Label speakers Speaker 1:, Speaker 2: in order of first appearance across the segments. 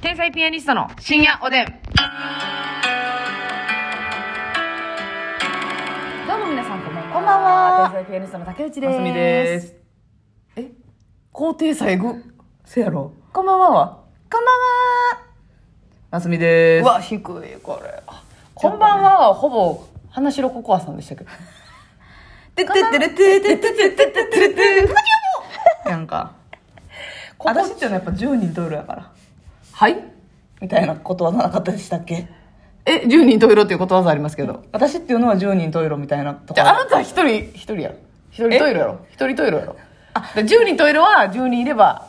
Speaker 1: 天才ピアニストの深夜おでん。どうも皆さんこんばんは。
Speaker 2: こんばんは
Speaker 1: 天才ピアニストの竹内です。
Speaker 2: ますみで。す。
Speaker 1: え高低差えぐ。
Speaker 2: せやろ。
Speaker 1: こんばんはは。
Speaker 2: こんばんは。ますみで
Speaker 1: う
Speaker 2: す。
Speaker 1: わ、低い、これ。あこんばんはは、ほぼ、花城ココアさんでしたけど。
Speaker 2: てってってれててててててててて。なんか。
Speaker 1: ここ
Speaker 2: 私ってのはやっぱ10人トイレやから。
Speaker 1: はい
Speaker 2: みたいなことはなかったでしたっけ
Speaker 1: え、10人トイレっていうことわざありますけど。
Speaker 2: 私っていうのは10人トイレみたいなと
Speaker 1: じゃあ、
Speaker 2: か。
Speaker 1: あなたは一人、一人やろ。一人トイレやろ。一人トイレやろ。あ、10人トイレは10人いれば、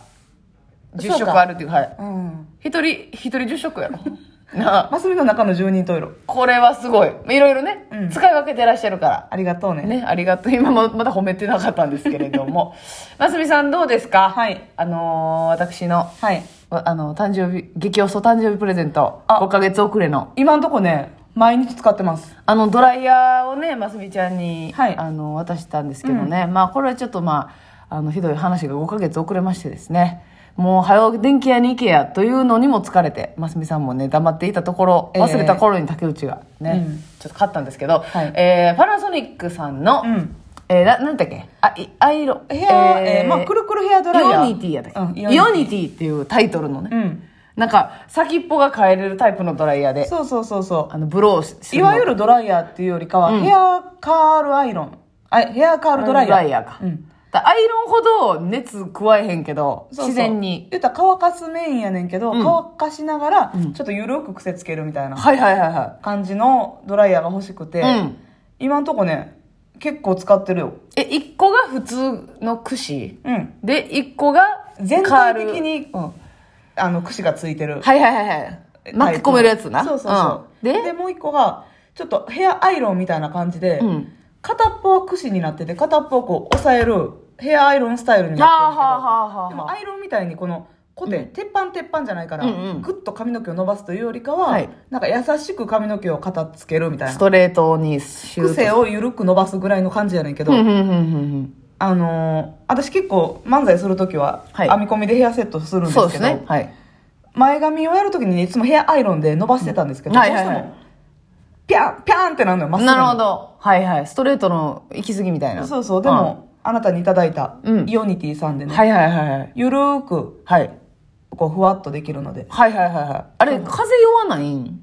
Speaker 1: 10
Speaker 2: そう
Speaker 1: 食
Speaker 2: か
Speaker 1: あるっていう、はい。
Speaker 2: うん。
Speaker 1: 一人、一人10食やろ。 なあ、
Speaker 2: ますみの中の10人トイレ。
Speaker 1: これはすごい。いろいろね、
Speaker 2: うん
Speaker 1: 使い分けてらっしゃるから。
Speaker 2: ありがとうね。
Speaker 1: ね、ありがとう。今もまだ褒めてなかったんですけれども。 ますみさんどうですか
Speaker 2: はい。
Speaker 1: あのー私の、
Speaker 2: はい。
Speaker 1: あの、誕生日、激遅誕生日プレゼント、
Speaker 2: あ
Speaker 1: 5ヶ月遅れの。
Speaker 2: 今んとこね、毎日使ってます。
Speaker 1: あのドライヤーをねますみちゃんに、
Speaker 2: はい
Speaker 1: あの渡したんですけどね、まあこれはちょっとまああのひどい話が5ヶ月遅れましてですねもう早う電気屋に行けやというのにも疲れてますみさんもね黙っていたところ
Speaker 2: ええ
Speaker 1: 忘れた頃に竹内がね、
Speaker 2: うん
Speaker 1: ちょっと買ったんですけど、
Speaker 2: はい
Speaker 1: えーパナソニックさんの、
Speaker 2: うん
Speaker 1: えーななんだっけあいアイロ
Speaker 2: ヘア、えーまあ、く
Speaker 1: る
Speaker 2: るくるヘアド
Speaker 1: ドラ
Speaker 2: ラ
Speaker 1: イ
Speaker 2: イ
Speaker 1: ヤー
Speaker 2: ヤ
Speaker 1: イ
Speaker 2: ー。
Speaker 1: オニティやったっけ、
Speaker 2: うん、
Speaker 1: イオ
Speaker 2: ニ
Speaker 1: ニティっていうタイトルのね、
Speaker 2: ティ。うん。
Speaker 1: なんか先っぽが変えれるタイプのドライヤーで
Speaker 2: そうそうそうそう。
Speaker 1: あのブローす
Speaker 2: い
Speaker 1: の
Speaker 2: わゆるドライヤーっていうよりかは、ヘアカールアイロン。あ、ヘアカールドライヤー。
Speaker 1: か。
Speaker 2: うん
Speaker 1: だからアイロンほど熱加えへんけど、
Speaker 2: そうそう
Speaker 1: 自然に。
Speaker 2: 言ったら乾かすメインやねんけど、
Speaker 1: うん
Speaker 2: 乾かしながら、
Speaker 1: うん
Speaker 2: ちょっと緩く癖つけるみたいな
Speaker 1: はいはいはいは
Speaker 2: 感じのドライヤーが欲しくて、
Speaker 1: うん
Speaker 2: 今んとこね、結構使ってるよ。
Speaker 1: い。え、一個が普通の櫛
Speaker 2: うん。
Speaker 1: で、一個が
Speaker 2: 全
Speaker 1: カー
Speaker 2: 体
Speaker 1: ル
Speaker 2: 的。に、うん、あの、櫛がついてる。
Speaker 1: はいはいはいはい。巻き込めるやつな。
Speaker 2: そうそうそう。
Speaker 1: ん
Speaker 2: で、もう一個が、ちょっとヘアアイロンみたいな感じで、
Speaker 1: で、うん。
Speaker 2: 片っぽは櫛になってて、片っぽをこう押さえるヘアアイロンスタイルにな
Speaker 1: は
Speaker 2: っ
Speaker 1: あ
Speaker 2: てるんだけど。
Speaker 1: はあはあはあ
Speaker 2: でも
Speaker 1: は
Speaker 2: アイロンみたいにこの固定、鉄板鉄板じゃないから、
Speaker 1: うんうん
Speaker 2: グッと髪の毛を伸ばすというよりかは、
Speaker 1: はい
Speaker 2: なんか優しく髪の毛を肩つけるみた
Speaker 1: あ。
Speaker 2: い
Speaker 1: ス
Speaker 2: な
Speaker 1: トレートにシュート。
Speaker 2: 癖を緩く伸ばすぐらいの感じやねんけど、
Speaker 1: うんうんうんうん
Speaker 2: あのー私結構漫才するときは、
Speaker 1: はい
Speaker 2: 編み込みでヘアセットするん
Speaker 1: う
Speaker 2: で
Speaker 1: ん。
Speaker 2: すけ
Speaker 1: そう
Speaker 2: ど
Speaker 1: ですね。はい。
Speaker 2: 前髪をやるときにいつもヘアアイロンで伸ばしてたんですけど、
Speaker 1: はいはいはい
Speaker 2: どうしてもピャンピャンってなるのよまっすぐ
Speaker 1: な
Speaker 2: に
Speaker 1: るほど。はいはい。ストレートの行き過ぎみたいな。
Speaker 2: そうそうでも、あなたにいただいた、
Speaker 1: うん
Speaker 2: イオニティさんで
Speaker 1: うん。
Speaker 2: ね、
Speaker 1: はいはいはいはい。
Speaker 2: ゆるーく
Speaker 1: はい。
Speaker 2: こうふわっとできるので
Speaker 1: はいはいはいはい。あれ、風弱ないん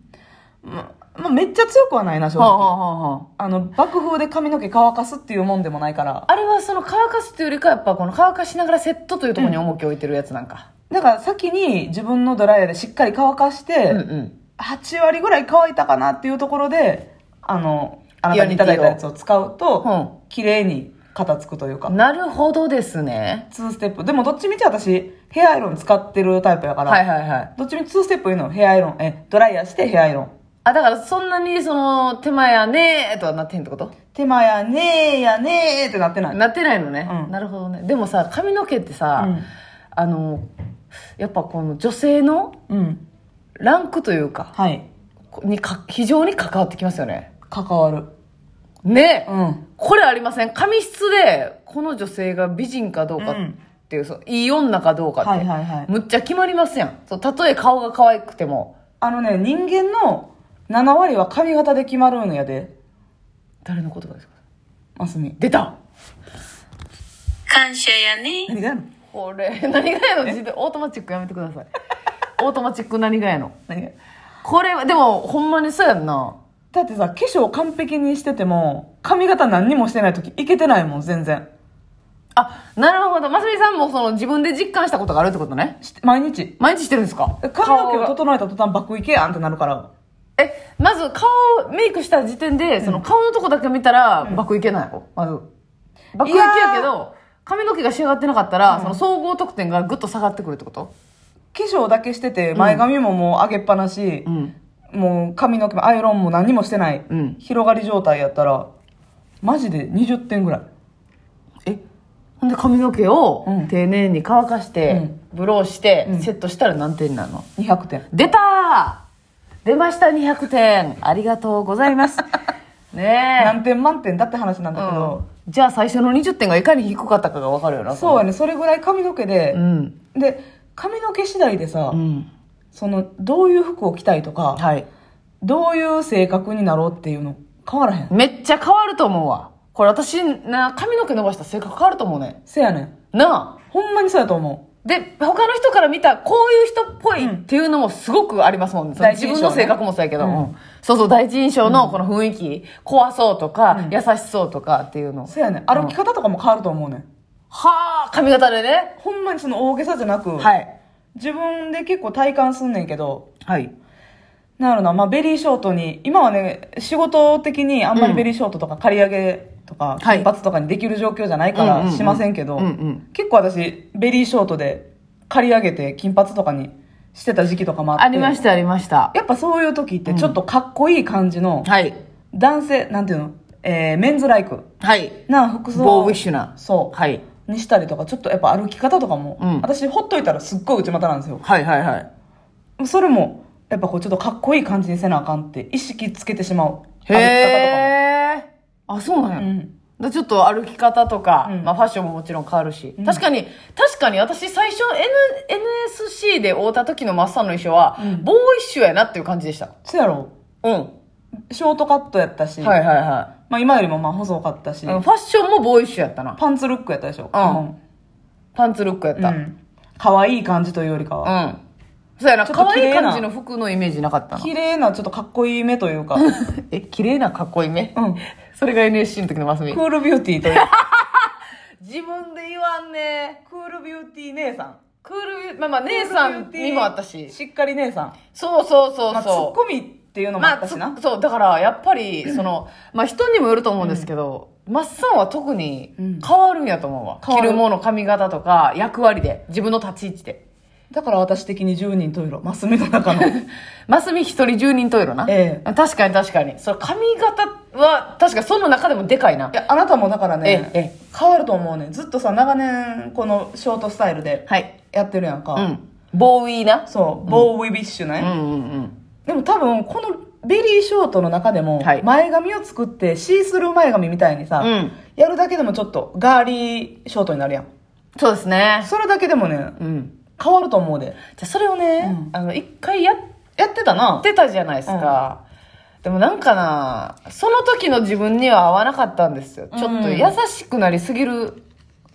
Speaker 2: ままあめっちゃ強くはないな正
Speaker 1: は
Speaker 2: 直、
Speaker 1: あはあはあはあ。
Speaker 2: あの、爆風で髪の毛乾かすっていうもんでもないから。
Speaker 1: あれはその乾かすというよりかやっぱこの乾かしながらセットというところに重きを置いてるやつなんか。
Speaker 2: だから先に自分のドライヤーでしっかり乾かして、
Speaker 1: うんうん。
Speaker 2: 8割ぐらい乾いたかなっていうところで、あの、あなたにいただいたやつを使うと、綺麗に肩つくというか、
Speaker 1: なるほどですね。
Speaker 2: 2ステップ。でもどっちみち私、ヘアアイロン使ってるタイプやから、
Speaker 1: はいはいはい。
Speaker 2: どっちみち2ステップいうの、ヘアアイロン、え、ドライヤーしてヘアアイロン。
Speaker 1: あ、だからそんなにその手前やねーとはなってへんってこと
Speaker 2: 手間やねえやねえってなってない。
Speaker 1: なってないのね、
Speaker 2: うん
Speaker 1: なるほどね。でもさ、髪の毛ってさ、
Speaker 2: うん
Speaker 1: あの、やっぱこの女性の
Speaker 2: うん。
Speaker 1: ランクというか、
Speaker 2: はい。
Speaker 1: にか非常に関わってきますよね。
Speaker 2: 関わる。
Speaker 1: ね、
Speaker 2: うん。
Speaker 1: これありません髪質で、この女性が美人かどうかっていう、そのいい女かどうかって、
Speaker 2: はいはいはい。
Speaker 1: むっちゃ決まりますやん。そう、たとえ顔が可愛くても。
Speaker 2: あのね、人間の7割は髪型で決まるんやで、
Speaker 1: 誰の言葉ですか
Speaker 2: マスミ。
Speaker 1: 出た
Speaker 3: 感謝やね。
Speaker 2: 何がやの
Speaker 1: これ、 何がやの自動オートマチックやめてください。 オートマチック何がやの
Speaker 2: 何が
Speaker 1: これは、でも、ほんまにそうやんな。
Speaker 2: だってさ、化粧完璧にしてても、髪型何にもしてない時いけてないもん、全然。
Speaker 1: あ、なるほど。ますみさんもその自分で実感したことがあるってことね。
Speaker 2: して毎日。
Speaker 1: 毎日してるんですか
Speaker 2: 髪の毛
Speaker 1: 顔
Speaker 2: を
Speaker 1: が
Speaker 2: 整えた途端、爆いけやんってなるから。
Speaker 1: え、まず顔をメイクした時点で、その顔のとこだけ見たら、爆いけないのまず。爆いけやけ
Speaker 2: いや
Speaker 1: ど、髪の毛が仕上がってなかったら、その総合得点がぐっと下がってくるってこと
Speaker 2: 化粧だけしてて、前髪ももう上げっぱなし、
Speaker 1: ん。
Speaker 2: もう髪の毛もアイロンも何もしてない、
Speaker 1: うん
Speaker 2: 広がり状態やったら、マジで20点ぐらい。
Speaker 1: えほんで髪の毛を
Speaker 2: うん
Speaker 1: 丁寧に乾かして、
Speaker 2: うん
Speaker 1: ブローして、
Speaker 2: うん
Speaker 1: セットしたら何点になるの
Speaker 2: 200点。
Speaker 1: 出たー出ました200点ありがとうござい ますね
Speaker 2: 何点満点だって話な
Speaker 1: え、
Speaker 2: んだけど、
Speaker 1: うん、じゃあ最初の20点がいかに低かったかが分かるよな
Speaker 2: そう
Speaker 1: う
Speaker 2: やね、それぐらい髪の毛で、
Speaker 1: うん
Speaker 2: で、髪の毛次第でさ、
Speaker 1: うん
Speaker 2: その、どういう服を着たいとか、
Speaker 1: はい。
Speaker 2: どういう性格になろうっていうの変わらへん。
Speaker 1: めっちゃ変わると思うわ。これ私、な、髪の毛伸ばしたら性格変わると思うね。
Speaker 2: せやねん。
Speaker 1: なあ。
Speaker 2: ほんまにそうやと思う。
Speaker 1: で、他の人から見た、こういう人っぽいっていうのもすごくありますもんね。その
Speaker 2: 第一
Speaker 1: 自
Speaker 2: 印
Speaker 1: 分
Speaker 2: 象ね
Speaker 1: の性格もそうやけど、
Speaker 2: うん
Speaker 1: うんそうそう、第一印象のこの雰囲気、怖そうとか、優しそうとかっていうの。
Speaker 2: せやねん。歩き方とかも変わると思うねん。
Speaker 1: はあ、髪型でね。
Speaker 2: ほんまにその大げさじゃなく、
Speaker 1: はい。
Speaker 2: 自分で結構体感すんねんけど、
Speaker 1: はい。
Speaker 2: なるな、まあベリーショートに、今はね、仕事的にあんまりベリーショートとか刈り上げとか、
Speaker 1: はい
Speaker 2: 金髪とかにできる状況じゃないか
Speaker 1: うんうん
Speaker 2: ら
Speaker 1: うん
Speaker 2: しませんけど、
Speaker 1: うんうん
Speaker 2: 結構私、ベリーショートで刈り上げて金髪とかにしてた時期とかもあって。
Speaker 1: ありました、ありました。
Speaker 2: やっぱそういう時ってちょっとかっこいい感じの、
Speaker 1: はい。
Speaker 2: 男性、なんていうの、えー、メンズライク
Speaker 1: はい。
Speaker 2: な服装。
Speaker 1: ボーウィッシュな。
Speaker 2: そう。
Speaker 1: はい。
Speaker 2: にしたりとか、ちょっとやっぱ歩き方とかも、
Speaker 1: うん
Speaker 2: 私ほっといたらすっごい内股なんですよ。
Speaker 1: はいはいはい。
Speaker 2: それも、やっぱこうちょっとかっこいい感じにせなあかんって意識つけてしまう。歩き方
Speaker 1: へえ。あ、そうなんや。
Speaker 2: とかも。うん。
Speaker 1: でちょっと歩き方とか、
Speaker 2: うん
Speaker 1: まあ、ファッションももちろん変わるし、確かに確かに私最初 N NSC で会うた時のマッサンの衣装は、ボーイッシュやなっていう感じでした
Speaker 2: そやろ。
Speaker 1: うん
Speaker 2: ショートカットやったし、
Speaker 1: はいはいは
Speaker 2: まあ今よりもまあ細かったし、
Speaker 1: い、うんファッションもボーイッシュやったな
Speaker 2: パンツルックやったでしょ。
Speaker 1: うパンツルックやっ
Speaker 2: うん。う
Speaker 1: たうん、
Speaker 2: ん。可愛い感じというよりかは。
Speaker 1: そうやな
Speaker 2: ちょっと
Speaker 1: 可
Speaker 2: 綺
Speaker 1: 愛い
Speaker 2: 麗な
Speaker 1: 感じの服のイメージなかったな
Speaker 2: 綺麗な、ちょっとかっこいい目というか、
Speaker 1: え綺麗なかっこいい目、
Speaker 2: うん。
Speaker 1: それが NSC の時のマスミ
Speaker 2: クールビューティーという。
Speaker 1: 自分で言わんね
Speaker 2: クールビューティー姉さん。
Speaker 1: クールビまあまあ姉さんにもあったし
Speaker 2: しっかり姉さん。
Speaker 1: そうそうそうそう、
Speaker 2: まあ、ツッコミっていうのもあっ
Speaker 1: ま
Speaker 2: た
Speaker 1: あ、つ
Speaker 2: しな。
Speaker 1: そう、だから、やっぱり、そ の、まあ、人にもよると思うんですけど、マッサンは特に
Speaker 2: うん
Speaker 1: 変わるんやと思うわ。
Speaker 2: 変わ
Speaker 1: 着
Speaker 2: る
Speaker 1: るもの、髪型とか、役割で、自分の立ち位置で。
Speaker 2: だから私的に10人トイレ、マス目の中の。
Speaker 1: マスミ一人10人十色な。
Speaker 2: え
Speaker 1: 確かに確かに。それ髪型は、確かその中でもでかいな。
Speaker 2: いや、あなたもだからね、
Speaker 1: えええ
Speaker 2: 変わると思うねんずっとさ、長年、このショートスタイルで
Speaker 1: はい。
Speaker 2: やってるやんか。
Speaker 1: うん。ボーイーな。
Speaker 2: そう、ボーウィビッシュね。
Speaker 1: うんうん
Speaker 2: でも多分、このベリーショートの中でも
Speaker 1: はい、
Speaker 2: 前髪を作って、シースルー前髪みたいにさ、
Speaker 1: うん。うん。
Speaker 2: やるだけでもちょっとガーリーショートになるやん。
Speaker 1: そうですね。
Speaker 2: それだけでもね、
Speaker 1: うん。
Speaker 2: 変わると思うで。
Speaker 1: じゃあそれをね、
Speaker 2: うん
Speaker 1: あの、一回やっ
Speaker 2: やってた
Speaker 1: っ
Speaker 2: な。
Speaker 1: てたじゃないですか、でもなんかなその時の自分には合わなかったんですよちょっと優しくなりすぎる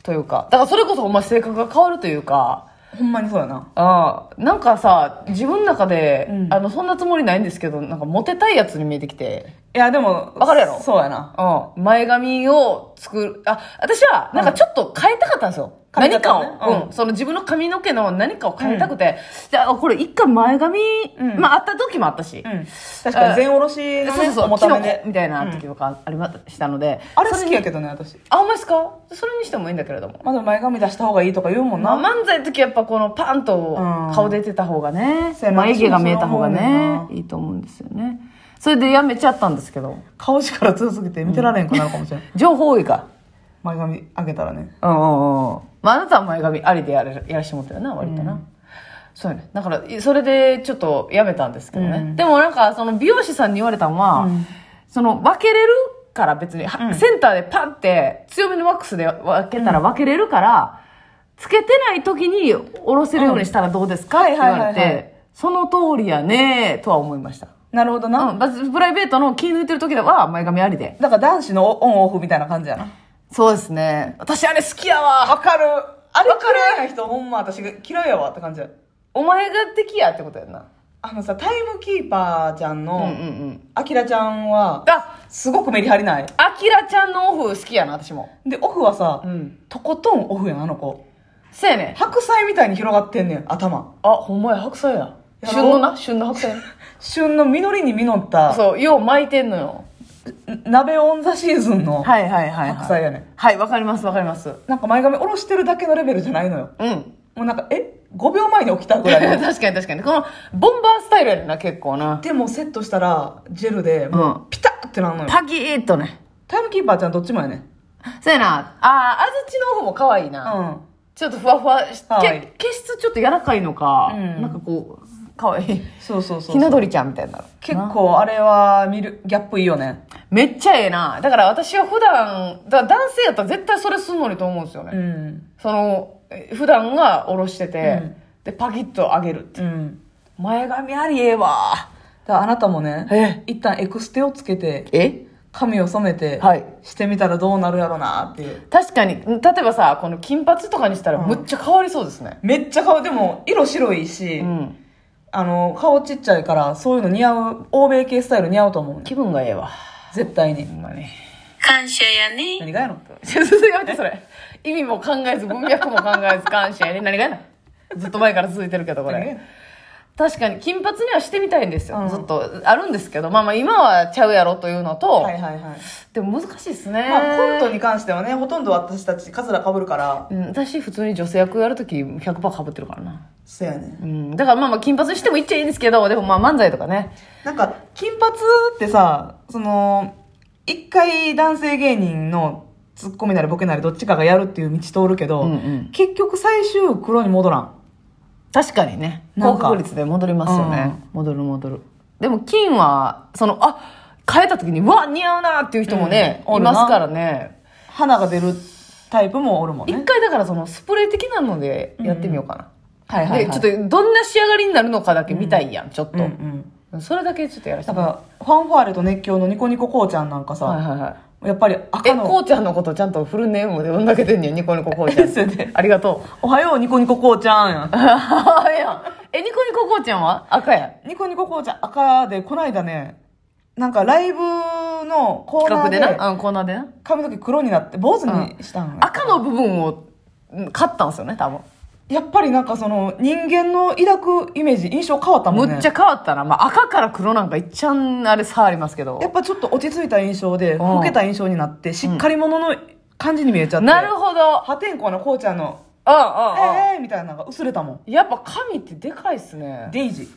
Speaker 1: というかだからそれこそほんま性格が変わるというか
Speaker 2: ほんまにそうやな。
Speaker 1: あーなんかさ自分の中で、
Speaker 2: うん
Speaker 1: あのそんなつもりないんですけどなんかモテたいやつに見えてきて、
Speaker 2: いや、でも、
Speaker 1: わかるやろ
Speaker 2: そうやな。
Speaker 1: うん、前髪を作るあ私はなんかちょっと変えたかったんですよ、
Speaker 2: 変え
Speaker 1: 何
Speaker 2: た
Speaker 1: か
Speaker 2: かっ
Speaker 1: を
Speaker 2: たね、
Speaker 1: うんその自分の髪の毛の何かを変えたくて、じゃあこれ一回前髪、
Speaker 2: うん
Speaker 1: まああった時もあったし、
Speaker 2: うん、確かに全おろしが
Speaker 1: そう
Speaker 2: ね、
Speaker 1: そうそう、
Speaker 2: 重
Speaker 1: キ
Speaker 2: た
Speaker 1: ノ
Speaker 2: め
Speaker 1: コ
Speaker 2: で。
Speaker 1: みたいな
Speaker 2: うん
Speaker 1: 時とかありましたので、
Speaker 2: あれ好きや
Speaker 1: ど。
Speaker 2: けどね、私。
Speaker 1: あ、ほんまですかそれにしてもいいんだけれども。
Speaker 2: まだ前髪出した方がいいとか言うもん
Speaker 1: まあ、
Speaker 2: な。
Speaker 1: 漫才の時やっぱこのパンと
Speaker 2: うん
Speaker 1: 顔出てた方がね
Speaker 2: そう、やな
Speaker 1: 眉毛が見えた方が
Speaker 2: 私もそう思
Speaker 1: ね
Speaker 2: う、
Speaker 1: いいと思うんですよね。それでやめちゃったんですけど、
Speaker 2: 顔力強すぎて見てられんくなるかもしれん。
Speaker 1: 情報多いか。
Speaker 2: 前髪上げたらね。
Speaker 1: うんうんうん。まあ、あなたは前髪ありでやれやらしてもらったよな、割とな。そうよね。だから、いそれでちょっとやめたんですけどね。
Speaker 2: うん
Speaker 1: でもなんか、その美容師さんに言われたのは、
Speaker 2: うん
Speaker 1: その分けれるから別に、は
Speaker 2: うん
Speaker 1: センターでパンって強めのワックスで分けたら分けれるから、つけてない時に下ろせるようにしたらどうですか、
Speaker 2: うん
Speaker 1: って言われて、
Speaker 2: はいはいはいはい
Speaker 1: その通りやねとは思いました。
Speaker 2: なるほど
Speaker 1: う
Speaker 2: な。
Speaker 1: ん、まずプライベートの気抜いてる時は前髪ありで。
Speaker 2: だから男子のオンオフみたいな感じやな。
Speaker 1: そうですね。私あれ好きやわ。
Speaker 2: わかる。あれ嫌いな人、ほんま私が嫌いやわって感じや。
Speaker 1: お前が敵やってことやんな。
Speaker 2: あのさ、タイムキーパーちゃん
Speaker 1: うんうんう
Speaker 2: の、
Speaker 1: ん。
Speaker 2: あきらちゃんは、
Speaker 1: あ、
Speaker 2: すごくメリハリない。
Speaker 1: アキラちゃんのオフ好きやな、私も。
Speaker 2: で、オフはさ、
Speaker 1: ん。
Speaker 2: とことんオフやん、あの子。
Speaker 1: せやねん。
Speaker 2: 白菜みたいに広がってんねん、頭。
Speaker 1: あ、ほんまや、白菜や。
Speaker 2: やろ
Speaker 1: 旬のな、旬の 白菜。
Speaker 2: 旬の実りに実った、
Speaker 1: そう、よう巻いてんのよ。
Speaker 2: 鍋オンザシーズンの
Speaker 1: はいはいはい、
Speaker 2: 白菜やねん。
Speaker 1: はい、わかりますわかります。
Speaker 2: なんか前髪下ろしてるだけのレベルじゃないのよ。
Speaker 1: うん。
Speaker 2: もうなんか、え ?5 秒前に起きたぐら い
Speaker 1: 確
Speaker 2: の。
Speaker 1: かに確かに。この、ボンバースタイルやねんな、結構な。
Speaker 2: でもセットしたら、ジェルで、
Speaker 1: う、
Speaker 2: もうんピタってなるのよ。
Speaker 1: パキーっとね。
Speaker 2: タイムキーパーちゃんどっちもやね。
Speaker 1: せやな。あー、あずちのオフも可愛いうな。
Speaker 2: ん。
Speaker 1: ちょっとふわふわし、
Speaker 2: 可愛い
Speaker 1: け毛質ちょっと柔らかいのか、
Speaker 2: うん
Speaker 1: なんかこう、可愛い。
Speaker 2: そうそうそう。
Speaker 1: ひな鳥ちゃんみたいになる。
Speaker 2: 結構あれは見る、ギャップいいよね。
Speaker 1: めっちゃええな。だから私は普段、だから男性やったら絶対それすんのにと思うんですよね。
Speaker 2: うん。
Speaker 1: その、え普段が下ろしてて、
Speaker 2: うん
Speaker 1: で、パキッと上げるって。
Speaker 2: うん。
Speaker 1: 前髪ありええわ。
Speaker 2: だからあなたもね、一旦エクステをつけて、
Speaker 1: え
Speaker 2: 髪を染めて、
Speaker 1: はい
Speaker 2: してみたらどうなるやろなっていう。
Speaker 1: 確かに、例えばさ、この金髪とかにしたら
Speaker 2: うん
Speaker 1: むっちゃ変わりそうですね。
Speaker 2: めっちゃ顔、でも、色白いし、
Speaker 1: うん。
Speaker 2: あの、顔ちっちゃいから、そういうの似合う、欧米系スタイル似合うと思うね。
Speaker 1: 気分がええわ。
Speaker 2: 絶対に。
Speaker 1: ほんまに。
Speaker 3: 感謝やね。
Speaker 2: 何がやろって。
Speaker 1: ちょっとやめてそれ。意味も考えず、文脈も考えず、感謝やね。何がやな。ずっと前から続いてるけど、こ
Speaker 2: 何がや
Speaker 1: れ
Speaker 2: ねん。
Speaker 1: 確かに、金髪にはしてみたいんですよ。
Speaker 2: うん
Speaker 1: ずっと、あるんですけど、まあまあ、今はちゃうやろというのと、
Speaker 2: はいはいはい。
Speaker 1: でも難しいですね。
Speaker 2: まあ、コントに関してはね、ほとんど私たち、カズラ被るから、
Speaker 1: うん、私、普通に女性役やるとき、100%かぶってるからな。
Speaker 2: そうやね
Speaker 1: う。ん、だからまあまあ、金髪にしてもいっちゃいいんですけど、でもまあ、漫才とかね。
Speaker 2: なんか、金髪ってさ、その、一回男性芸人のツッコミなりボケなりどっちかがやるっていう道通るけど、
Speaker 1: うんうん
Speaker 2: 結局最終黒に戻らん。
Speaker 1: 確かにね
Speaker 2: なん
Speaker 1: 高
Speaker 2: か
Speaker 1: 確率で戻りますよね、戻る戻るでも金はそのあ変えた時にうわ似合うなっていう人もね、
Speaker 2: うんお
Speaker 1: い
Speaker 2: るな
Speaker 1: ますからね
Speaker 2: 花が出るタイプもおるもん
Speaker 1: 一
Speaker 2: ね。
Speaker 1: 回だからそのスプレー的なのでやってみようかな、
Speaker 2: はい
Speaker 1: でちょっとどんな仕上がりになるのかだけ見たいやん、ちょっと
Speaker 2: うんう、ん。
Speaker 1: それだけちょっとやらせ
Speaker 2: だ
Speaker 1: て
Speaker 2: から、ファンファーレと熱狂のニコニコこうちゃんなんかさ、
Speaker 1: はいはいはい
Speaker 2: やっぱり
Speaker 1: え
Speaker 2: 赤
Speaker 1: こ
Speaker 2: の、
Speaker 1: うちゃんのことちゃんとフルネームで呼んだけてんねんニコニコこうちゃ
Speaker 2: ですよね
Speaker 1: んありがとう
Speaker 2: おはようニコニコこうちゃんやん。
Speaker 1: ああええやんえニコニコこうちゃんは赤やん
Speaker 2: ニコニコこうちゃん赤で、こないだね、なんかライブのコー
Speaker 1: 企
Speaker 2: ナ
Speaker 1: 画で
Speaker 2: ーで、
Speaker 1: な、うん、コーナーでな
Speaker 2: 髪の毛黒になって坊主にしたん、
Speaker 1: 赤の部分をうん買ったんですよね多分
Speaker 2: やっぱりなんかその人間の抱くイメージ印象変わったもんね
Speaker 1: むっちゃ変わったな、まあ、赤から黒なんかいっちゃんあれ差ありますけど
Speaker 2: やっぱちょっと落ち着いた印象
Speaker 1: う
Speaker 2: で
Speaker 1: ん
Speaker 2: 老けた印象になってしっかり者の感じに見えちゃって、
Speaker 1: なるほど
Speaker 2: 破天荒なこうちゃんの
Speaker 1: うん
Speaker 2: 「
Speaker 1: うんうん、
Speaker 2: ええー」みたいなのが薄れたもん
Speaker 1: やっぱ髪ってでかいっすね
Speaker 2: デイジー